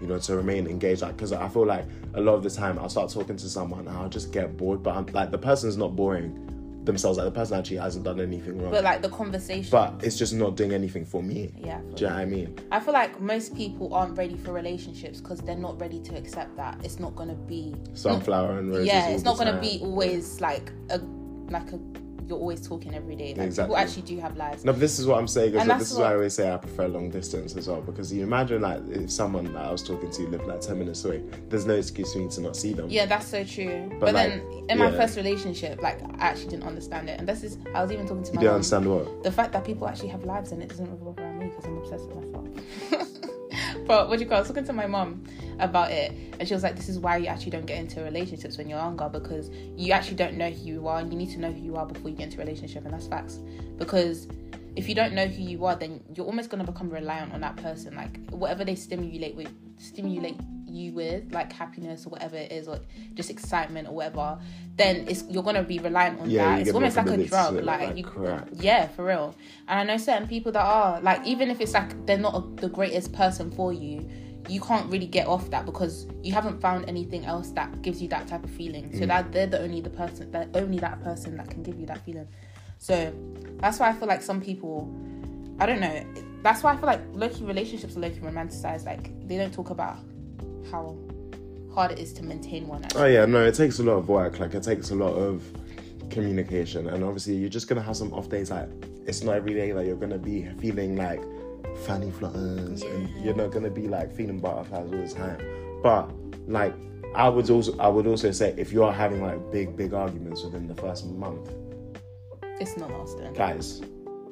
You know, to remain engaged, like, because I feel like a lot of the time I'll start talking to someone and I'll just get bored, but I'm like, the person's not boring themselves, like, the person actually hasn't done anything wrong,
But
but,
like the conversation.
it's just not doing anything for me.
yeah. I feel
Do you know what I mean?
I feel like most people aren't ready for relationships because they're not ready to accept that it's not gonna be.
sunflower and roses.
yeah,
all
it's
the
not gonna
time.
be always like a like a you're always talking every day. Like
Exactly.
people actually do have lives.
No, but this is what I'm saying. Is
And
that this
that's
is why I
what-
always say I prefer long distance as well because you imagine like if someone that I was talking to lived like ten minutes away, there's no excuse for me to not see them.
Yeah, that's so true.
like,
But, then in my
yeah.
first relationship, like I actually didn't understand it. And this is I was even talking to
You
my
do
mum.
understand what?
the fact that people actually have lives and it doesn't revolve around me because I'm obsessed with myself. but what do you call? it? I was talking to my mom about it, and she was like, "This is why you actually don't get into relationships when you're younger because you actually don't know who you are, and you need to know who you are before you get into a relationship, and that's facts. Because if you don't know who you are, then you're almost gonna become reliant on that person. Like whatever they stimulate with, stimulate you with, like happiness or whatever it is, or just excitement or whatever, then it's you're gonna be reliant on
Yeah, you
that. It's
get
almost like a
recommended to
drug.
it,
Like,
like
you,
crack.
yeah, for real. And I know certain people that are like, even if it's like they're not a, the greatest person for you, you can't really get off that because you haven't found anything else that gives you that type of feeling.
Mm.
So that they're the only the person that only that person that can give you that feeling. So that's why I feel like some people, I don't know. That's why I feel like low-key relationships are low-key romanticized. Like they don't talk about how hard it is to maintain one.
Oh yeah, no, it takes a lot of work. Like it takes a lot of communication, and obviously you're just gonna have some off days. Like it's not every day that you're gonna be feeling like fanny flutters, and you're not gonna be like feeling butterflies all the time. But like I would also, I would also say if you are having like big, big arguments within the first month,
It's not lasting.
guys,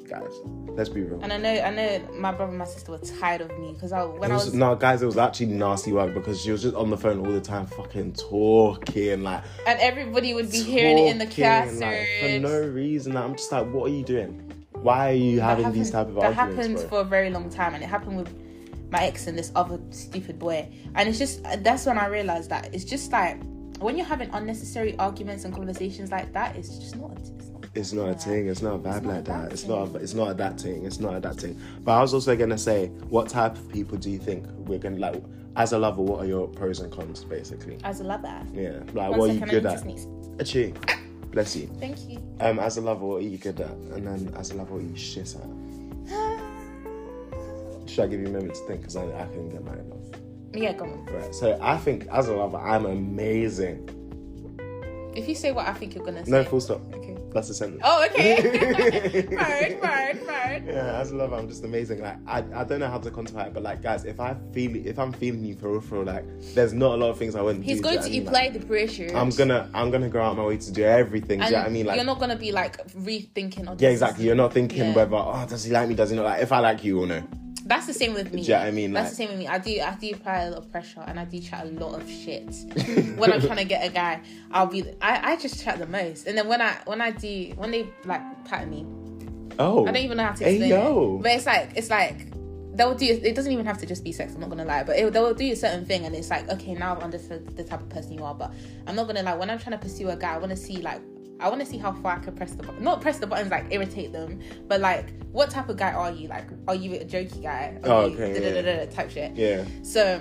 guys. Let's be real.
And I know, I know, my brother and my sister were tired of me because I when
It
I
was-
was
no, guys, it was actually nasty work because she was just on the phone all the time, fucking talking, like
and everybody would be hearing it in the
talking,
classroom.
like, for no reason. Like, I'm just like, what are you doing? Why are you having these type of
that happened
arguments? bro?
for a very long time, and it happened with my ex and this other stupid boy. And it's just that's when I realized that it's just like when you're having unnecessary arguments and conversations like that, it's just not.
It's
It's not
not a thing. It's not a vibe like
that
that. It's not. A, it's not a that thing. It's not a that thing. But I was also gonna say, what type of people do you think we're gonna like? As a lover, what are your pros and cons, basically?
as a lover.
Yeah, like
One
what are you
second, I
good
need to
at?
sneeze.
Actually, bless you.
Thank you.
Um, as a lover, what are you good at? And then as a lover, what are you shit at? Should I give you a moment to think? Because I, I couldn't get mine off.
Yeah, go on.
Right. So I think as a lover, I'm amazing.
If you say what I think you're gonna say.
No, full stop.
Okay.
That's the sentence.
Oh, okay. Word, word, word.
Yeah, as a lover, I'm just amazing. Like I, I don't know how to quantify it, but like guys, if I feel if I'm feeling you for real, for real, like there's not a lot of things I wouldn't
He's
do. do
going
you
to
know what I mean?
apply the pressure.
Like, I'm gonna I'm gonna go out my way to do everything. do you know what I mean? Like
you're not gonna be like rethinking. Or
yeah, exactly. You're not thinking
Yeah.
whether oh does he like me? Does he not? Like if I like you or no.
That's the same with me.
Do you know what I mean? Like-
That's the same with me. I do I do apply a lot of pressure and I do chat a lot of shit. when I'm trying to get a guy, I'll be I, I just chat the most. And then when I when I do when they like pat me,
Oh,
I don't even know how to
Hey,
explain
yo.
it. But it's like it's like they'll do it doesn't even have to just be sex, I'm not gonna lie, but it, they'll do a certain thing and it's like, okay, now I've understood the type of person you are, but I'm not gonna lie, when I'm trying to pursue a guy, I wanna see like I wanna see how far I can press the button. Not press the buttons like irritate them, but like what type of guy are you? Like are you a jokey guy? Are
Oh,
you
okay, yeah.
da-da-da-da-da type shit.
Yeah.
So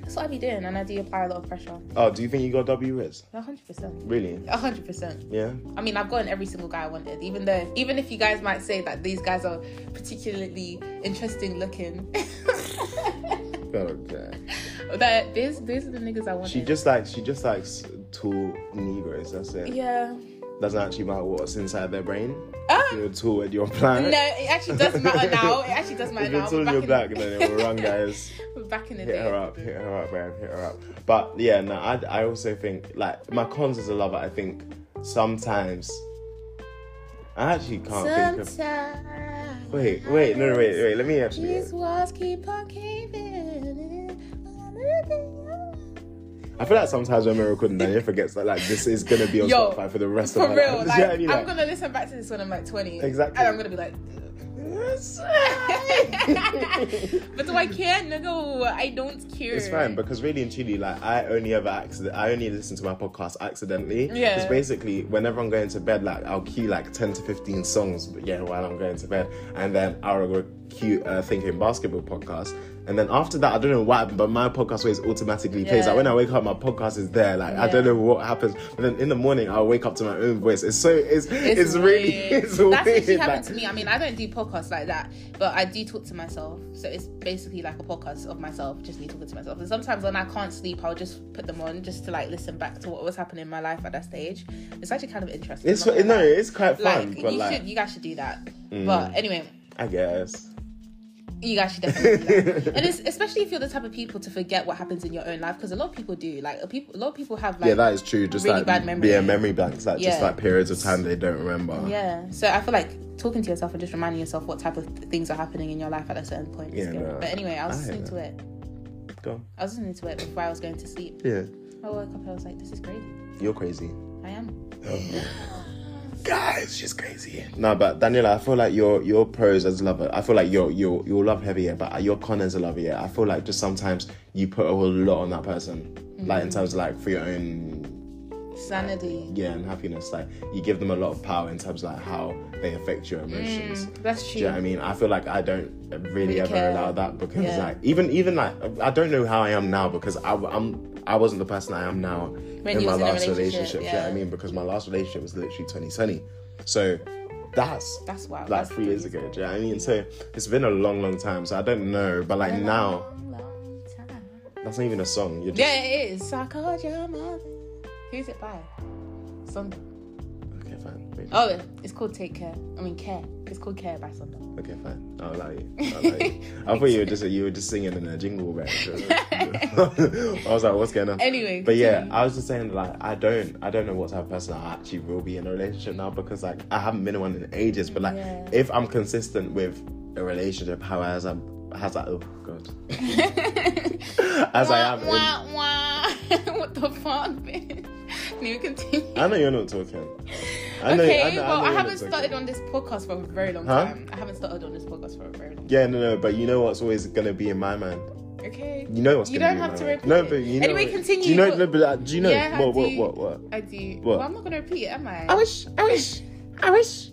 that's what I be doing and I do apply a lot of pressure.
Oh, do you think you got W Riz?
hundred percent.
Really?
hundred percent.
Yeah.
I mean, I've gotten every single guy I wanted, even though, even if you guys might say that these guys are particularly interesting looking,
Okay.
that these these are the niggas I wanted.
She just likes she just likes tall Negroes. That's it.
yeah.
Doesn't actually matter what's inside their brain. If
Um,
you're tall and you're
no,
black.
it actually does matter now. It actually does matter
If you're
now.
tall and
Back
you're black,
in-
then it will run, guys.
Back in the
Hit
day,
her up, hit her up, man, hit her up. But yeah, no, I, I also think like my cons as a lover. I think sometimes I actually can't think
sometimes.
of. Wait, wait, no, no, wait, wait. Let me actually.
These walls keep on caving in.
I feel like sometimes when we're recording, Daniel forgets that like this is gonna be on
Yo,
Spotify for the rest
For
of my
real,
life.
like,
Do you know what I mean?
I'm
Like,
gonna listen back to this when I'm like 20.
Exactly.
And I'm gonna be like, but do I care? No, I don't care.
It's fine because really and truly, like I only ever accident, I only listen to my podcast accidentally.
Yeah.
Because basically, whenever I'm going to bed, like I'll cue like ten to fifteen songs, but yeah, while I'm going to bed, and then I'll go cue uh, thinking basketball podcast, and then after that, I don't know why, but my podcast always automatically plays.
Yeah.
Like when I wake up, my podcast is there. Like I don't
Yeah.
know what happens, but then in the morning, I'll wake up to my own voice. It's so it's it's, really
weird.
it's
That's
weird.
actually
like-
happened to me. I mean, I don't do podcasts like that, but I do talk to myself. So it's basically like a podcast of myself, just me talking to myself. And sometimes when I can't sleep, I'll just put them on just to like listen back to what was happening in my life at that stage. It's actually kind of interesting.
It's
I'm not
no,
gonna lie.
it's quite fun,
like
but
you
like mm.
should, you guys should do that. But anyway.
I guess.
You guys should definitely do that. and it's, especially if you're the type of people to forget what happens in your own life, because a lot of people do. Like a people, a lot of people have like
yeah, that is true. Just
really
like
bad memory.
yeah, memory blanks, like just
Yeah.
like periods of time they don't remember.
Yeah. So I feel like talking to yourself and just reminding yourself what type of th- things are happening in your life at a certain point. is
Yeah,
good.
no,
but anyway, I was
I hear
listening to it.
Go.
I was listening to it before I was going to sleep.
Yeah,
I woke up and I was like, this is crazy.
you're crazy,
I am.
guys. She's crazy. No, but Daniela, I feel like your your pros as a lover. I feel like you're you're you're love heavier, but your con as a lover. Yeah, I feel like just sometimes you put a whole lot on that person, like
Mm-hmm.
in terms of like for your own
Sanity.
yeah and happiness. Like you give them a lot of power in terms of like how they affect your emotions.
Mm, That's
Do you know what I
true.
mean? I feel like I don't really
Really
ever
care.
allow that because
Yeah.
like even even like I don't know how I am now because I, am I wasn't the person I am now
When
in
you
my
was in a
last
relationship,
Do you know what I
yeah.
mean? Because my last relationship was literally 2020, so that's
That's wild.
like
That's
three years ago. Do you know what I mean? So it's been a long, long time. So I don't know, but like now
Long, long time.
that's not even a song. You're just
Yeah, it is. So I called your mother. Who's it by? Sunday.
okay, fine. Wait.
Oh, it's called Take Care. I mean, Care. It's called Care by Sunday.
Okay, fine. I'll allow you. I'll allow you. I thought you were just you were just singing in a jingle band. I was like, what's going on?
Anyway,
but yeah,
continue.
I was just saying like I don't, I don't know what type of person I actually will be in a relationship now because like I haven't been in one in ages. But like,
Yeah.
if I'm consistent with a relationship, how as I'm, how's that? Oh god, as I am. in-
Wah, wah, wah. what the fuck, bitch? Can you continue?
I know you're not talking. I know,
okay,
I know,
well,
know
I,
you're not
haven't
talking.
started on this podcast for a very long
Huh?
time. I haven't started on this podcast for a very long time.
Yeah, no, no, but you know what's always gonna be in my mind.
Okay.
You know what's
You
gonna
don't
be
have
in
to
my mind.
repeat
No,
it.
but you know.
Anyway,
what-
continue,
Do you know?
what-
no, but uh, do you know?
Yeah,
what,
do
what,
you-
what, what?
I do.
What?
Well, I'm not going to repeat it, am I?
wish, I wish, I wish,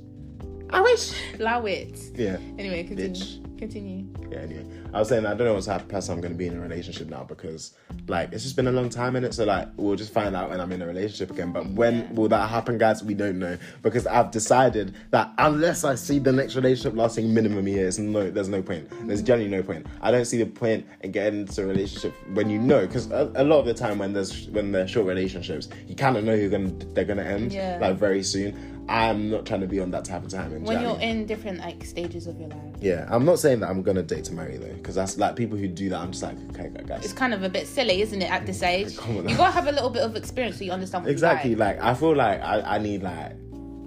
I wish.
Allow it.
Yeah.
Anyway, continue.
Bitch.
Continue.
Yeah, anyway. I was saying I don't know what type of person I'm gonna be in a relationship now because like it's just been a long time in it, so like we'll just find out when I'm in a relationship again. But when
Yeah.
will that happen, guys? We don't know. Because I've decided that unless I see the next relationship lasting minimum years, no there's no point. There's generally no point. I don't see the point in getting into a relationship when you know because a, a lot of the time when there's when they're short relationships, you kinda know you're gonna they're gonna end
Yeah.
like very soon. I'm not trying to be on that type of timing. do you
When
know what I
you're
mean?
in different like stages of your life,
Yeah, I'm not saying that I'm gonna date to marry though, because that's like people who do that. I'm just like, okay,
it's
guys.
kind of a bit silly, isn't it? At this age,
Come on.
you gotta have a little bit of experience so you understand what
Exactly.
You
Like I feel like I, I need like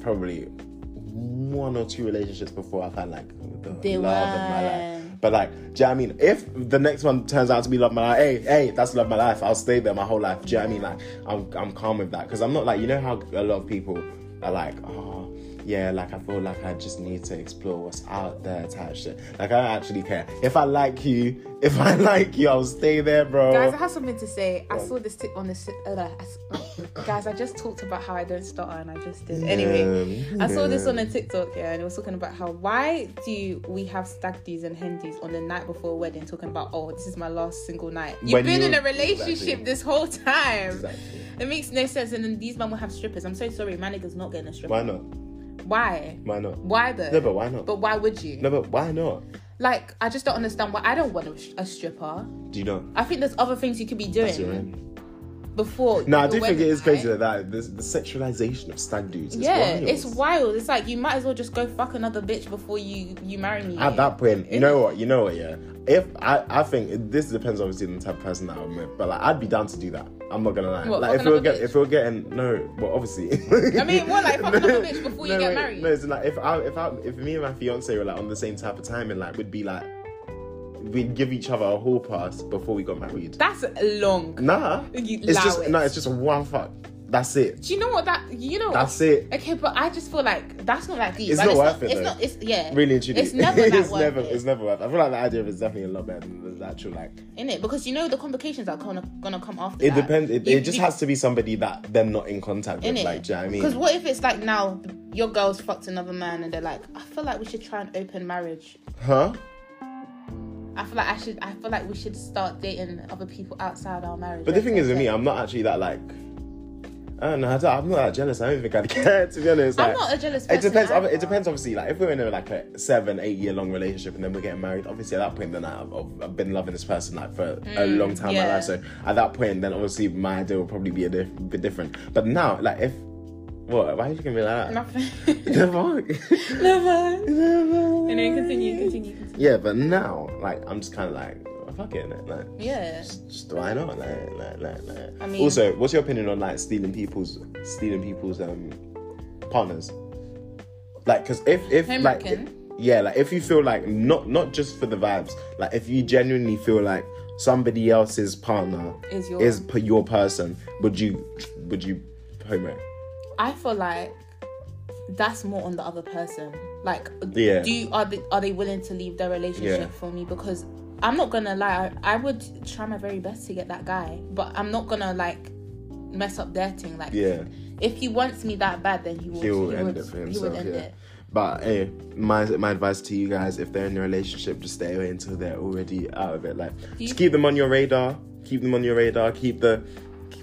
probably one or two relationships before I find like the
The
love of my life.
one.
But like, do you know what I mean? If the next one turns out to be love of my life, hey, hey, that's love of my life. I'll stay there my whole life. Do you know what I mean? Like, I'm I'm calm with that because I'm not like you know how a lot of people are like, oh. Yeah, like I feel like I just need to explore what's out there type shit. Like I don't actually care. If I like you, if I like you, I'll stay there, bro.
Guys, I have something to say. I saw this tip on this. Uh, I s- guys, I just talked about how I don't stutter and I just did. Anyway, I saw this on a TikTok, yeah, and it was talking about how why do we have stag do's and hendies on the night before a wedding talking about, oh, this is my last single night. You've
When
been
you-
in a relationship
Exactly.
this whole time.
Exactly.
It makes no sense. And then these men will have strippers. I'm so sorry, my nigga's not getting a stripper.
Why not?
Why?
Why not?
Why though?
No, but why not?
But why would you?
No, but why not?
Like, I just don't understand why. I don't want a, sh- a stripper.
Do you know?
I think there's other things you could be doing
That's your own.
before.
No, I
your
do think it
wedding
is crazy
night.
that, that this, the sexualization of stag dudes. Is
yeah,
wild.
it's wild. It's like you might as well just go fuck another bitch before you you marry me.
At that point, you know what? You know what? Yeah. If I, I think this depends obviously on the type of person that I'm with, but like I'd be down to do that. I'm not gonna lie.
What,
like
fuck
if we were
another
get,
bitch?
if we were getting no, well obviously.
I mean, what, like, fuck another bitch before you
no,
get
wait,
married?
No, it's like if I if I if me and my fiance were like on the same type of timing, like we'd be like we'd give each other a hall pass before we got married.
that's long.
Nah,
You
it's just
allow it.
no, it's just one fuck. That's it.
Do you know what that? You know
That's it.
Okay, but I just feel like that's not that deep.
It's
and
not worth
it's not,
it,
It's
though.
not. It's yeah.
Really and truly,
It's never that
it's
worth
never,
it.
it's never worth. I feel like the idea of it is definitely a lot better than the actual like.
in it because you know the complications are gonna gonna come after.
It
that.
depends. It,
You-
it just
you-
has to be somebody that they're not in contact with.
in it.
Like, do you know what I mean?
Because what if it's like now your girl's fucked another man and they're like, I feel like we should try an open marriage.
Huh?
I feel like I should. I feel like we should start dating other people outside our marriage.
But the thing is, with me, I'm not actually that like. I don't know. I don't- I'm not that jealous. I don't think I'd care to be honest.
I'm
like-
not a jealous
It
person.
depends.
either.
It depends. Obviously, like if we're in a, like a seven, eight year long relationship, and then we're getting married. Obviously, at that point, then I've, I've- I've been loving this person like for a long time in
Mm, yeah.
my life. So at that point, then obviously my idea will probably be a diff- bit different. But now, like if what? Why are you looking at me like that?
Nothing.
The fuck?
Never.
And
And then continue, continue, continue.
Yeah, but now, like, I'm just kind of like, oh, fuck it, innit? like,
Yeah.
just, just why not? Like, like, like, like.
I mean-
also, what's your opinion on like stealing people's stealing people's um partners? Like, cause if if
Home
like
wrecking?
yeah, like if you feel like not not just for the vibes, like if you genuinely feel like somebody else's partner
Is your-
is p- your person, would you would you home wreck?
I feel like that's more on the other person. Like,
Yeah.
do you, are they are they willing to leave their relationship
Yeah.
for me? Because I'm not gonna lie, I, I would try my very best to get that guy, but I'm not gonna like mess up their thing. Like,
Yeah.
if he wants me that bad, then he would.
he'll
he
end
would,
it for
he would
himself.
end
yeah.
it.
But hey, my my advice to you guys: if they're in a relationship, just stay away until they're already out of it. Like,
you-
just keep them on your radar. Keep them on your radar. Keep the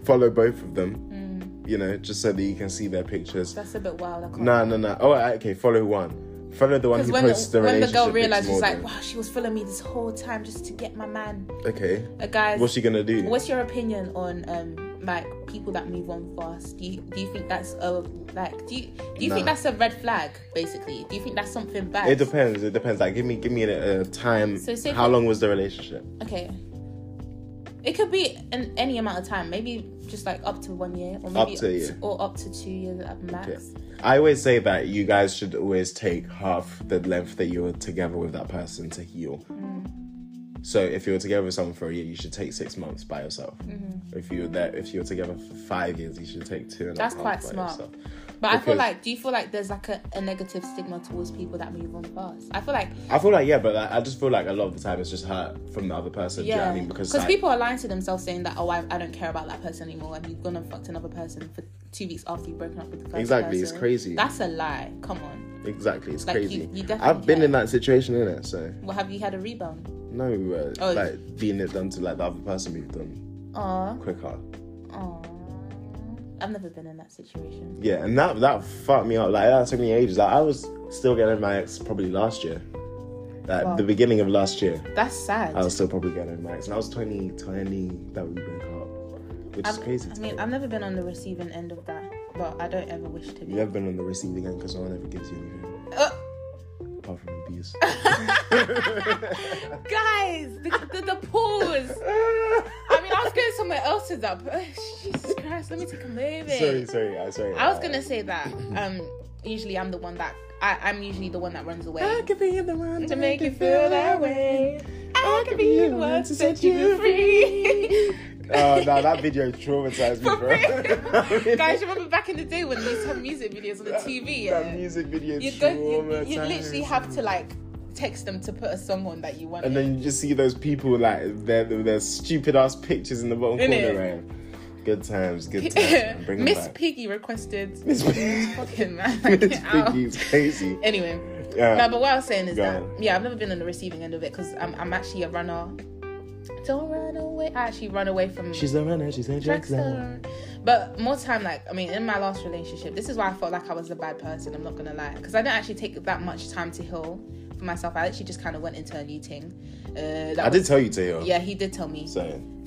follow both of them.
Mm.
You know, just so that you can see their pictures.
That's a bit wild. I can't.
No, no, no. Oh, okay. Follow one. Follow the one
Because
who
when, the,
posts the,
when the
relationship
girl
pics
realized,
more
she's like,
than-
wow, she was following me this whole time just to get my man.
okay,
Uh, guys,
what's she gonna do?
What's your opinion on um like people that move on fast? Do you do you think that's a like do you do you think
Nah.
that's a red flag basically? Do you think that's something bad?
It depends. It depends. Like, give me, give me a, a time.
So say
How
for-
long was the relationship?
okay. It could be in any amount of time, maybe just like up to one year, or maybe
Up to a year.
or up to two years at max.
I always say that you guys should always take half the length that you were together with that person to heal.
Mm.
So if you were together with someone for a year, you should take six months by yourself. If you were there, if you were together for five years, you should take two and a half
Mm-hmm. That's quite
by
smart.
yourself.
But I feel
Because-
like, do you feel like there's like a, a negative stigma towards people that move on fast? I feel like,
I feel like yeah, but like, I just feel like a lot of the time it's just hurt from the other person. do you know
yeah,
what I mean? Because
because
like,
people are lying to themselves saying that, oh, I, I don't care about that person anymore, and you've gone and fucked another person for two weeks after you've broken up with the first
Exactly, it's
person.
crazy.
That's a lie. Come on.
exactly, it's
Like, you-
crazy.
you definitely
I've been
care.
in that situation in it, so
Well, have you had a rebound?
no, uh,
Oh.
like being it done to like the other person we've done
Aw,
quicker.
aw. I've never been in that situation.
Yeah, and that that fucked me up. Like that took me ages. Like I was still getting my ex probably last year. Like
Wow.
the beginning of last year,
That's sad.
I was still probably getting my ex, and I was 20, 20 that we broke up, which is
I've-
crazy.
I
to
mean,
me.
I've never been on the receiving end of that, but I don't ever wish to be.
You've never been on the receiving end because no one ever gives you anything
Uh,
apart from abuse.
guys, the, the, the pause. I mean, I was going somewhere else with that, but Jesus Christ, let me take a moment.
sorry, sorry, I sorry.
I was gonna say that. Um, usually I'm the one that I, I'm usually the one that runs away
could be the one
to make you feel that way. I could be the one to set you free.
Oh no, that video traumatized me,
For
bro. I mean,
guys, you remember back in the day when they used to have music videos on the TV?
That
Yeah?
music video
You'd go, you,
traumatized.
you'd literally have to like text them to put a someone that you want.
And then you just see those people like their their stupid ass pictures in the bottom
Innit?
corner. Man. Good times, good times. man. Bring 'em
Miss
back.
Piggy requested.
Miss Piggy.
Fucking man.
Miss
get out.
Piggy's crazy.
Anyway,
Yeah.
no, but what I was saying is
Um, Go
that
on.
yeah, I've never been on the receiving end of it because I'm, I'm actually a runner. Don't run away. I actually run away from
She's a runner. She's a dragster.
Dragster. But more time, like I mean, in my last relationship, this is why I felt like I was a bad person. I'm not gonna lie, because I didn't actually take that much time to heal for myself. I actually just kind of went into a new thing. Uh, that
I did
was-
tell you to heal.
yeah, he did tell me.
So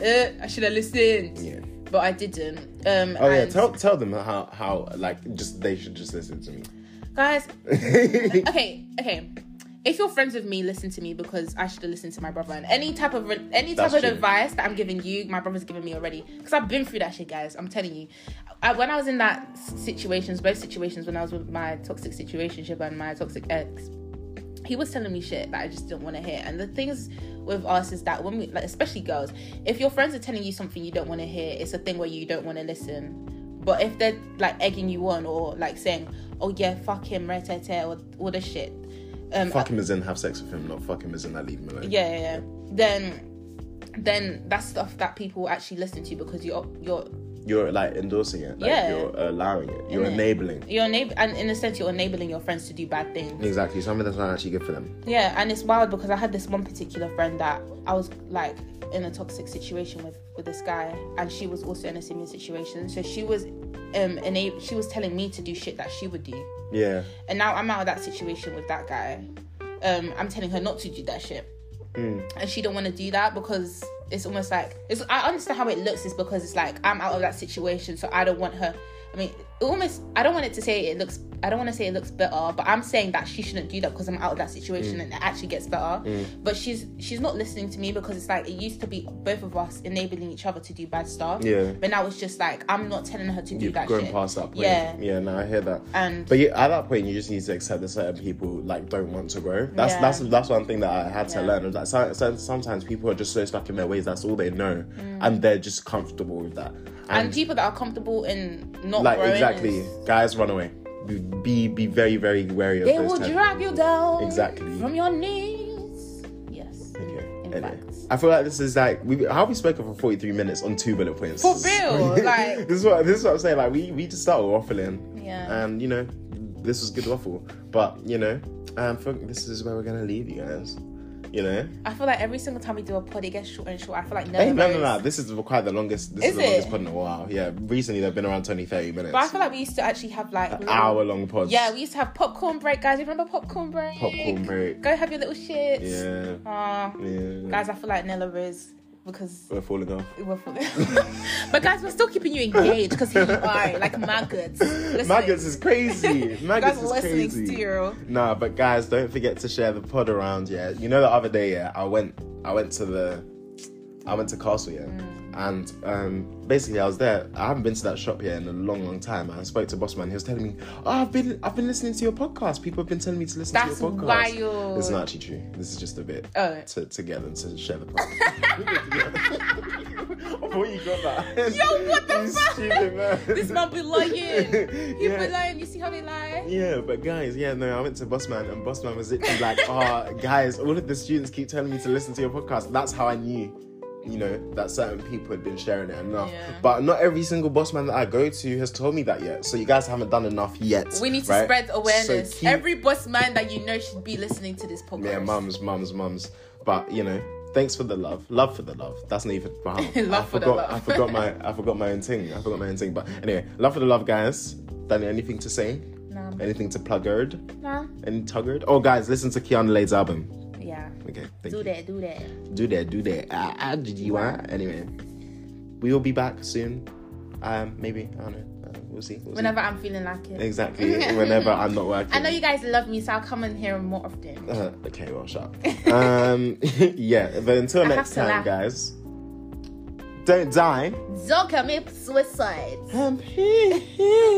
Uh, I should have listened.
yeah.
But I didn't. Um,
Oh yeah.
and-
Tell tell them how how like just they should just listen to
guys,
me.
okay, okay. If you're friends with me, listen to me because I should have listened to my brother. And any type of re- any type
That's
of
true.
advice that I'm giving you, my brother's giving me already. Because I've been through that shit, guys. I'm telling you. I, when I was in that situations, both situations, when I was with my toxic situationship and my toxic ex, he was telling me shit that I just didn't want to hear. And the things with us is that when we, like, especially girls, if your friends are telling you something you don't want to hear, it's a thing where you don't want to listen. But if they're like egging you on or like saying, "Oh yeah, fuck him, right, right, right," or all this shit," um,
fuck him as in have sex with him, not fuck him as in I leave him alone.
yeah, yeah, yeah, then then that's stuff that people actually listen to because you're you're
You're like endorsing it. Like,
Yeah.
You're allowing it. You're
Innit?
enabling.
you're enab- and in a sense you're enabling your friends to do bad things.
Exactly. Something that's not actually good for them.
Yeah, and it's wild because I had this one particular friend that I was like in a toxic situation with with this guy, and she was also in a similar situation. So she was, um, ena- she was telling me to do shit that she would do,
Yeah.
and now I'm out of that situation with that guy. Um, I'm telling her not to do that shit,
Hmm.
and she don't want to do that because it's almost like it's. I understand how it looks is because it's like I'm out of that situation, so I don't want her. I mean, it almost. I don't want it to say it looks. I don't want to say it looks better, but I'm saying that she shouldn't do that because I'm out of that
Hmm.
situation and it actually gets better. But she's she's not listening to me because it's like it used to be both of us enabling each other to do bad stuff.
Yeah.
But now it's just like I'm not telling her to do
You've
that
grown
shit.
past that point.
Yeah.
Yeah. No, I hear that.
And
But yeah, at that point, you just need to accept that certain people like don't want to grow. That's
Yeah.
that's that's one thing that I had to
Yeah.
learn. Is that so- so- sometimes people are just so stuck in their ways. That's all they know, and they're just comfortable with that.
Mm. and
And,
people that are comfortable in not
like
growing
exactly,
is-
guys, run away. Be be, be very very wary of
They
those
will
type-
drag you down.
Exactly.
From your knees. Yes.
Okay,
In
anyway.
fact.
I feel like this is like we how have we spoken for forty three minutes on two bullet points.
For real, like-
this is what this is what I'm saying. Like we we just started waffling,
Yeah.
and you know this was good waffle, but you know um for, this is where we're gonna leave you guys. You know,
I feel like every single time we do a pod, it gets short and short. I feel like never.
Hey, no, no,
goes.
no. This is quite the longest. This is,
Is
the longest
it?
pod in a while. Yeah, recently they've been around 20, 30 minutes.
But I feel like we used to actually have like little-
Hour long pods.
Yeah, we used to have popcorn break, guys. You remember popcorn break?
popcorn break.
Go have your little shits.
Yeah,
Aw.
yeah.
guys, I feel like Nella is because
we're falling off.
we were full. but guys, we're still keeping you engaged because here you are, like maggots. Listening.
Maggots is crazy.
You
Maggots
guys
is
are listening
crazy.
still.
Nah, but guys, don't forget to share the pod around. Yeah, you know the other day, yeah, I went, I went to the, I went to Castle, yeah.
Mm.
And um, basically, I was there. I haven't been to that shop here in a long, long time. And I spoke to Bossman. He was telling me, "Oh, I've been, I've been listening to your podcast. People have been telling me to listen
That's
to your podcast."
wild.
It's not actually true. This is just a bit
Oh.
to to get them to share the podcast. I thought you got that.
Yo, what the
You
fuck?
Stupid man.
This man be lying. He
Yeah.
be lying. You see how he lie?
Yeah, but guys, yeah, no, I went to Bossman and Bossman was literally like, oh, guys, all of the students keep telling me to listen to your podcast. That's how I knew, you know, that certain people had been sharing it enough.
Yeah.
But not every single Bossman that I go to has told me that yet. So you guys haven't done enough yet.
We need to
right?
spread awareness.
So keep-
Every boss man that you know should be listening to this podcast.
Yeah, mums, mums, mums. But you know, thanks for the love. Love for the love. That's not even wow. I
Love for the
forgot,
love.
I forgot my I forgot my own thing. I forgot my own thing. But anyway, love for the love, guys. Danny, anything to say?
Nah.
Anything to pluggard?
Nah.
Any tuggard? Oh guys, listen to Keanu Lade's album.
Yeah.
Okay, thank
Do
you.
that, do that.
Do that, do that. Ah, ah, did you want? Anyway, we will be back soon. Um, maybe I don't know. Uh, we'll see. We'll see.
Whenever I'm feeling like it.
Exactly. whenever I'm not working.
I know you guys love me, so I'll come in here more often.
Uh, okay, well, shut up. um, yeah, but until
I
next
have to
time,
laugh.
guys, don't die.
Don't commit suicide.
And peace.